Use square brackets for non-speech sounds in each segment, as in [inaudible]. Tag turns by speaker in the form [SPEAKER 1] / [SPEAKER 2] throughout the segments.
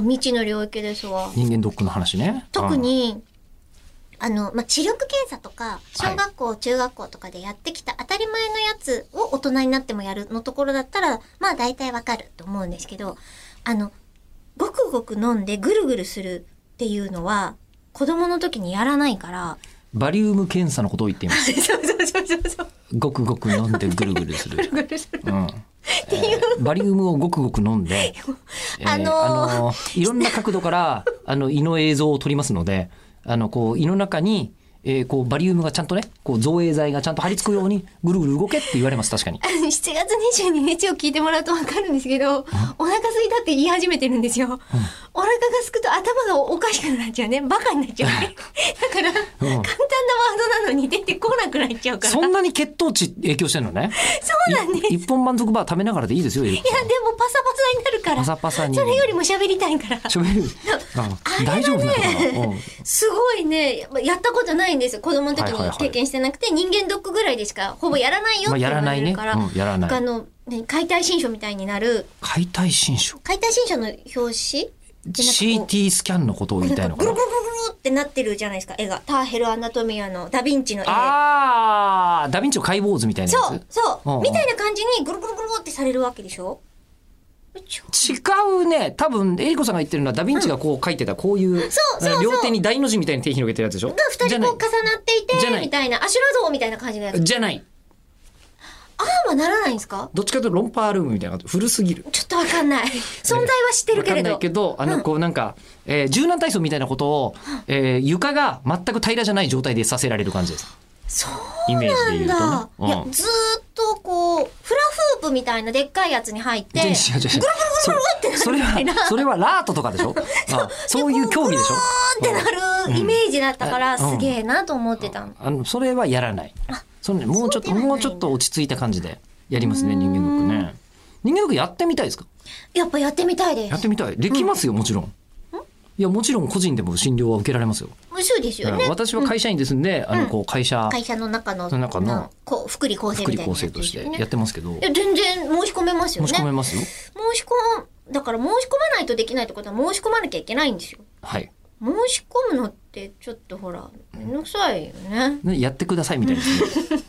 [SPEAKER 1] 未知の領域ですわ。
[SPEAKER 2] 人間ドックの話ね。
[SPEAKER 1] 特に、あの、まあ、視力検査とか、小学校、中学校とかでやってきた当たり前のやつを大人になってもやるのところだったら、まあ大体わかると思うんですけど、あの、ごくごく飲んでぐるぐるするっていうのは、子供の時にやらないから、
[SPEAKER 2] うん、バリウム検査のことを言っています。
[SPEAKER 1] [laughs] そうそうそうそうそう、
[SPEAKER 2] ごくごく飲んでぐるぐるする。
[SPEAKER 1] ぐるぐるする。
[SPEAKER 2] うん。えーバリウムをごくごく飲
[SPEAKER 1] [laughs]
[SPEAKER 2] んで、えー
[SPEAKER 1] あのー
[SPEAKER 2] あのーいろんな角度
[SPEAKER 1] [laughs]
[SPEAKER 2] からあの胃の映像を撮りますのであのこう胃の中に、えーこうバリウムがちゃんとねこう造影剤がちゃんと張り付くようにぐるぐる動けって言われます確かに
[SPEAKER 1] あの7月22日を聞いてもらうと分かるんですけど、お腹すいたって言い始めてるんですよ。お腹がすくと頭がおかしくなっちゃうね。バカになっちゃうね。 [laughs] だから、簡単なワードなのに出てこなくなっちゃうから。
[SPEAKER 2] そんなに血糖値影響してるのね
[SPEAKER 1] そうなんです。いや、で
[SPEAKER 2] い一本満足バー食べながらでいいですよエリックさん
[SPEAKER 1] もパサパサになるから。
[SPEAKER 2] パサパサに
[SPEAKER 1] それよりも喋りたいから。
[SPEAKER 2] 喋るあ大丈夫なのかな、うん
[SPEAKER 1] すごいね、やったことないんですよ。子供の時
[SPEAKER 2] はいはい
[SPEAKER 1] に
[SPEAKER 2] はい
[SPEAKER 1] 経験してなくて、人間ドックぐらいでしかほぼやらないよ
[SPEAKER 2] ま
[SPEAKER 1] っ
[SPEAKER 2] あ、
[SPEAKER 1] て言
[SPEAKER 2] や
[SPEAKER 1] わ
[SPEAKER 2] らない
[SPEAKER 1] れ
[SPEAKER 2] ね、
[SPEAKER 1] るから。
[SPEAKER 2] うん、やら
[SPEAKER 1] あ
[SPEAKER 2] ない
[SPEAKER 1] の、ね解体新書みたいになる、
[SPEAKER 2] 解体新書
[SPEAKER 1] 解体新書の表紙でなんかこう
[SPEAKER 2] CT スキャンのことを言いたい
[SPEAKER 1] なんか
[SPEAKER 2] のか
[SPEAKER 1] ぐる
[SPEAKER 2] な
[SPEAKER 1] ぐるぐるってなってるじゃないですか、絵が。ターヘル・アナトミアのダ・ヴィンチの絵。
[SPEAKER 2] ああダヴィンチの解剖図みたいなやつ
[SPEAKER 1] そう、そう、
[SPEAKER 2] うんうん
[SPEAKER 1] みたいな感じにぐるぐるぐるってされるわけでしょちょ
[SPEAKER 2] 違うね多分エリコさんが言ってるのはダ・ヴィンチがこう書いてたこういう,、
[SPEAKER 1] そうそうそう
[SPEAKER 2] 両手に大の字みたいに手広げてるやつでしょ
[SPEAKER 1] が二
[SPEAKER 2] じ
[SPEAKER 1] 人
[SPEAKER 2] ゃない
[SPEAKER 1] こう重なってい
[SPEAKER 2] じ
[SPEAKER 1] て、
[SPEAKER 2] ゃない
[SPEAKER 1] みたいな、アシュラ像みたいな感じのやつ。
[SPEAKER 2] じゃない
[SPEAKER 1] ああはならないんですか
[SPEAKER 2] どっちかというとロンパールームみたいな感じ古すぎる
[SPEAKER 1] ちょっとわかん
[SPEAKER 2] [laughs]
[SPEAKER 1] ない。存在は知ってる
[SPEAKER 2] わ
[SPEAKER 1] け
[SPEAKER 2] か
[SPEAKER 1] れ
[SPEAKER 2] ん
[SPEAKER 1] ど。
[SPEAKER 2] ないけどあのこうなんか、えー柔軟体操みたいなことを、えー床が全く平らじゃない状態でさせられる感じです
[SPEAKER 1] そう
[SPEAKER 2] イメージ
[SPEAKER 1] なん
[SPEAKER 2] で言うと
[SPEAKER 1] だ。い
[SPEAKER 2] ね
[SPEAKER 1] や、ずーっとこう、フラフープみたいなでっかいやつに入って、
[SPEAKER 2] 全然違う違う違うそそれ
[SPEAKER 1] みたい
[SPEAKER 2] は
[SPEAKER 1] な
[SPEAKER 2] それはラートとかで
[SPEAKER 1] [laughs]
[SPEAKER 2] しょあそういう競技でしょ
[SPEAKER 1] ポーンってなるイメージだったから、
[SPEAKER 2] うん
[SPEAKER 1] すげえなと思ってたの。
[SPEAKER 2] あのそれはやらない。そのねもうちょっと
[SPEAKER 1] そうではないんだ
[SPEAKER 2] もうちょっと落ち着いた感じでやりますね人間ドックね。人間ドックやってみたいですか？
[SPEAKER 1] やっぱやってみたいで
[SPEAKER 2] やっ
[SPEAKER 1] す。
[SPEAKER 2] てみたい。できますよもちろん。いやもちろん個人でも診療は受けられますよ。
[SPEAKER 1] そうですよね。
[SPEAKER 2] 私は会社員ですんで、あのこう会社
[SPEAKER 1] 会社の中の、
[SPEAKER 2] その中の
[SPEAKER 1] なこう福利厚生み
[SPEAKER 2] 福利
[SPEAKER 1] たいな
[SPEAKER 2] 厚
[SPEAKER 1] やつで
[SPEAKER 2] 生とし
[SPEAKER 1] す
[SPEAKER 2] て
[SPEAKER 1] よね。
[SPEAKER 2] やってますけど
[SPEAKER 1] い。や全然申し込めますよ
[SPEAKER 2] 申
[SPEAKER 1] ね。
[SPEAKER 2] し込めますよ。
[SPEAKER 1] 申し込む、だから申し込まないとできないってことは申し込まなきゃいけないんですよ。
[SPEAKER 2] はい。
[SPEAKER 1] 申し込むのってちょっとほら、めんどくさいよね。
[SPEAKER 2] ねやってくださいみたいですね。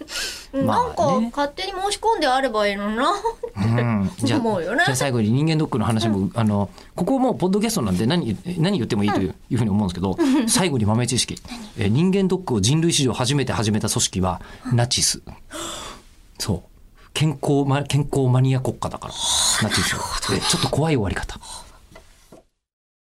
[SPEAKER 2] まあね
[SPEAKER 1] なんか勝手に申し込んであればいいのにな。
[SPEAKER 2] うんじゃあ
[SPEAKER 1] 思うよね
[SPEAKER 2] じゃあ最後に人間ドックの話も、あのここもうポッドキャストなんで何何言ってもいいという,、いうふうに思うんですけど最後に豆知
[SPEAKER 1] [laughs]
[SPEAKER 2] 識え人間ドックを人類史上初めて始めた組織はナチスそう健康,、ま、健康マニア国家だからナチスえちょっと怖い終わり方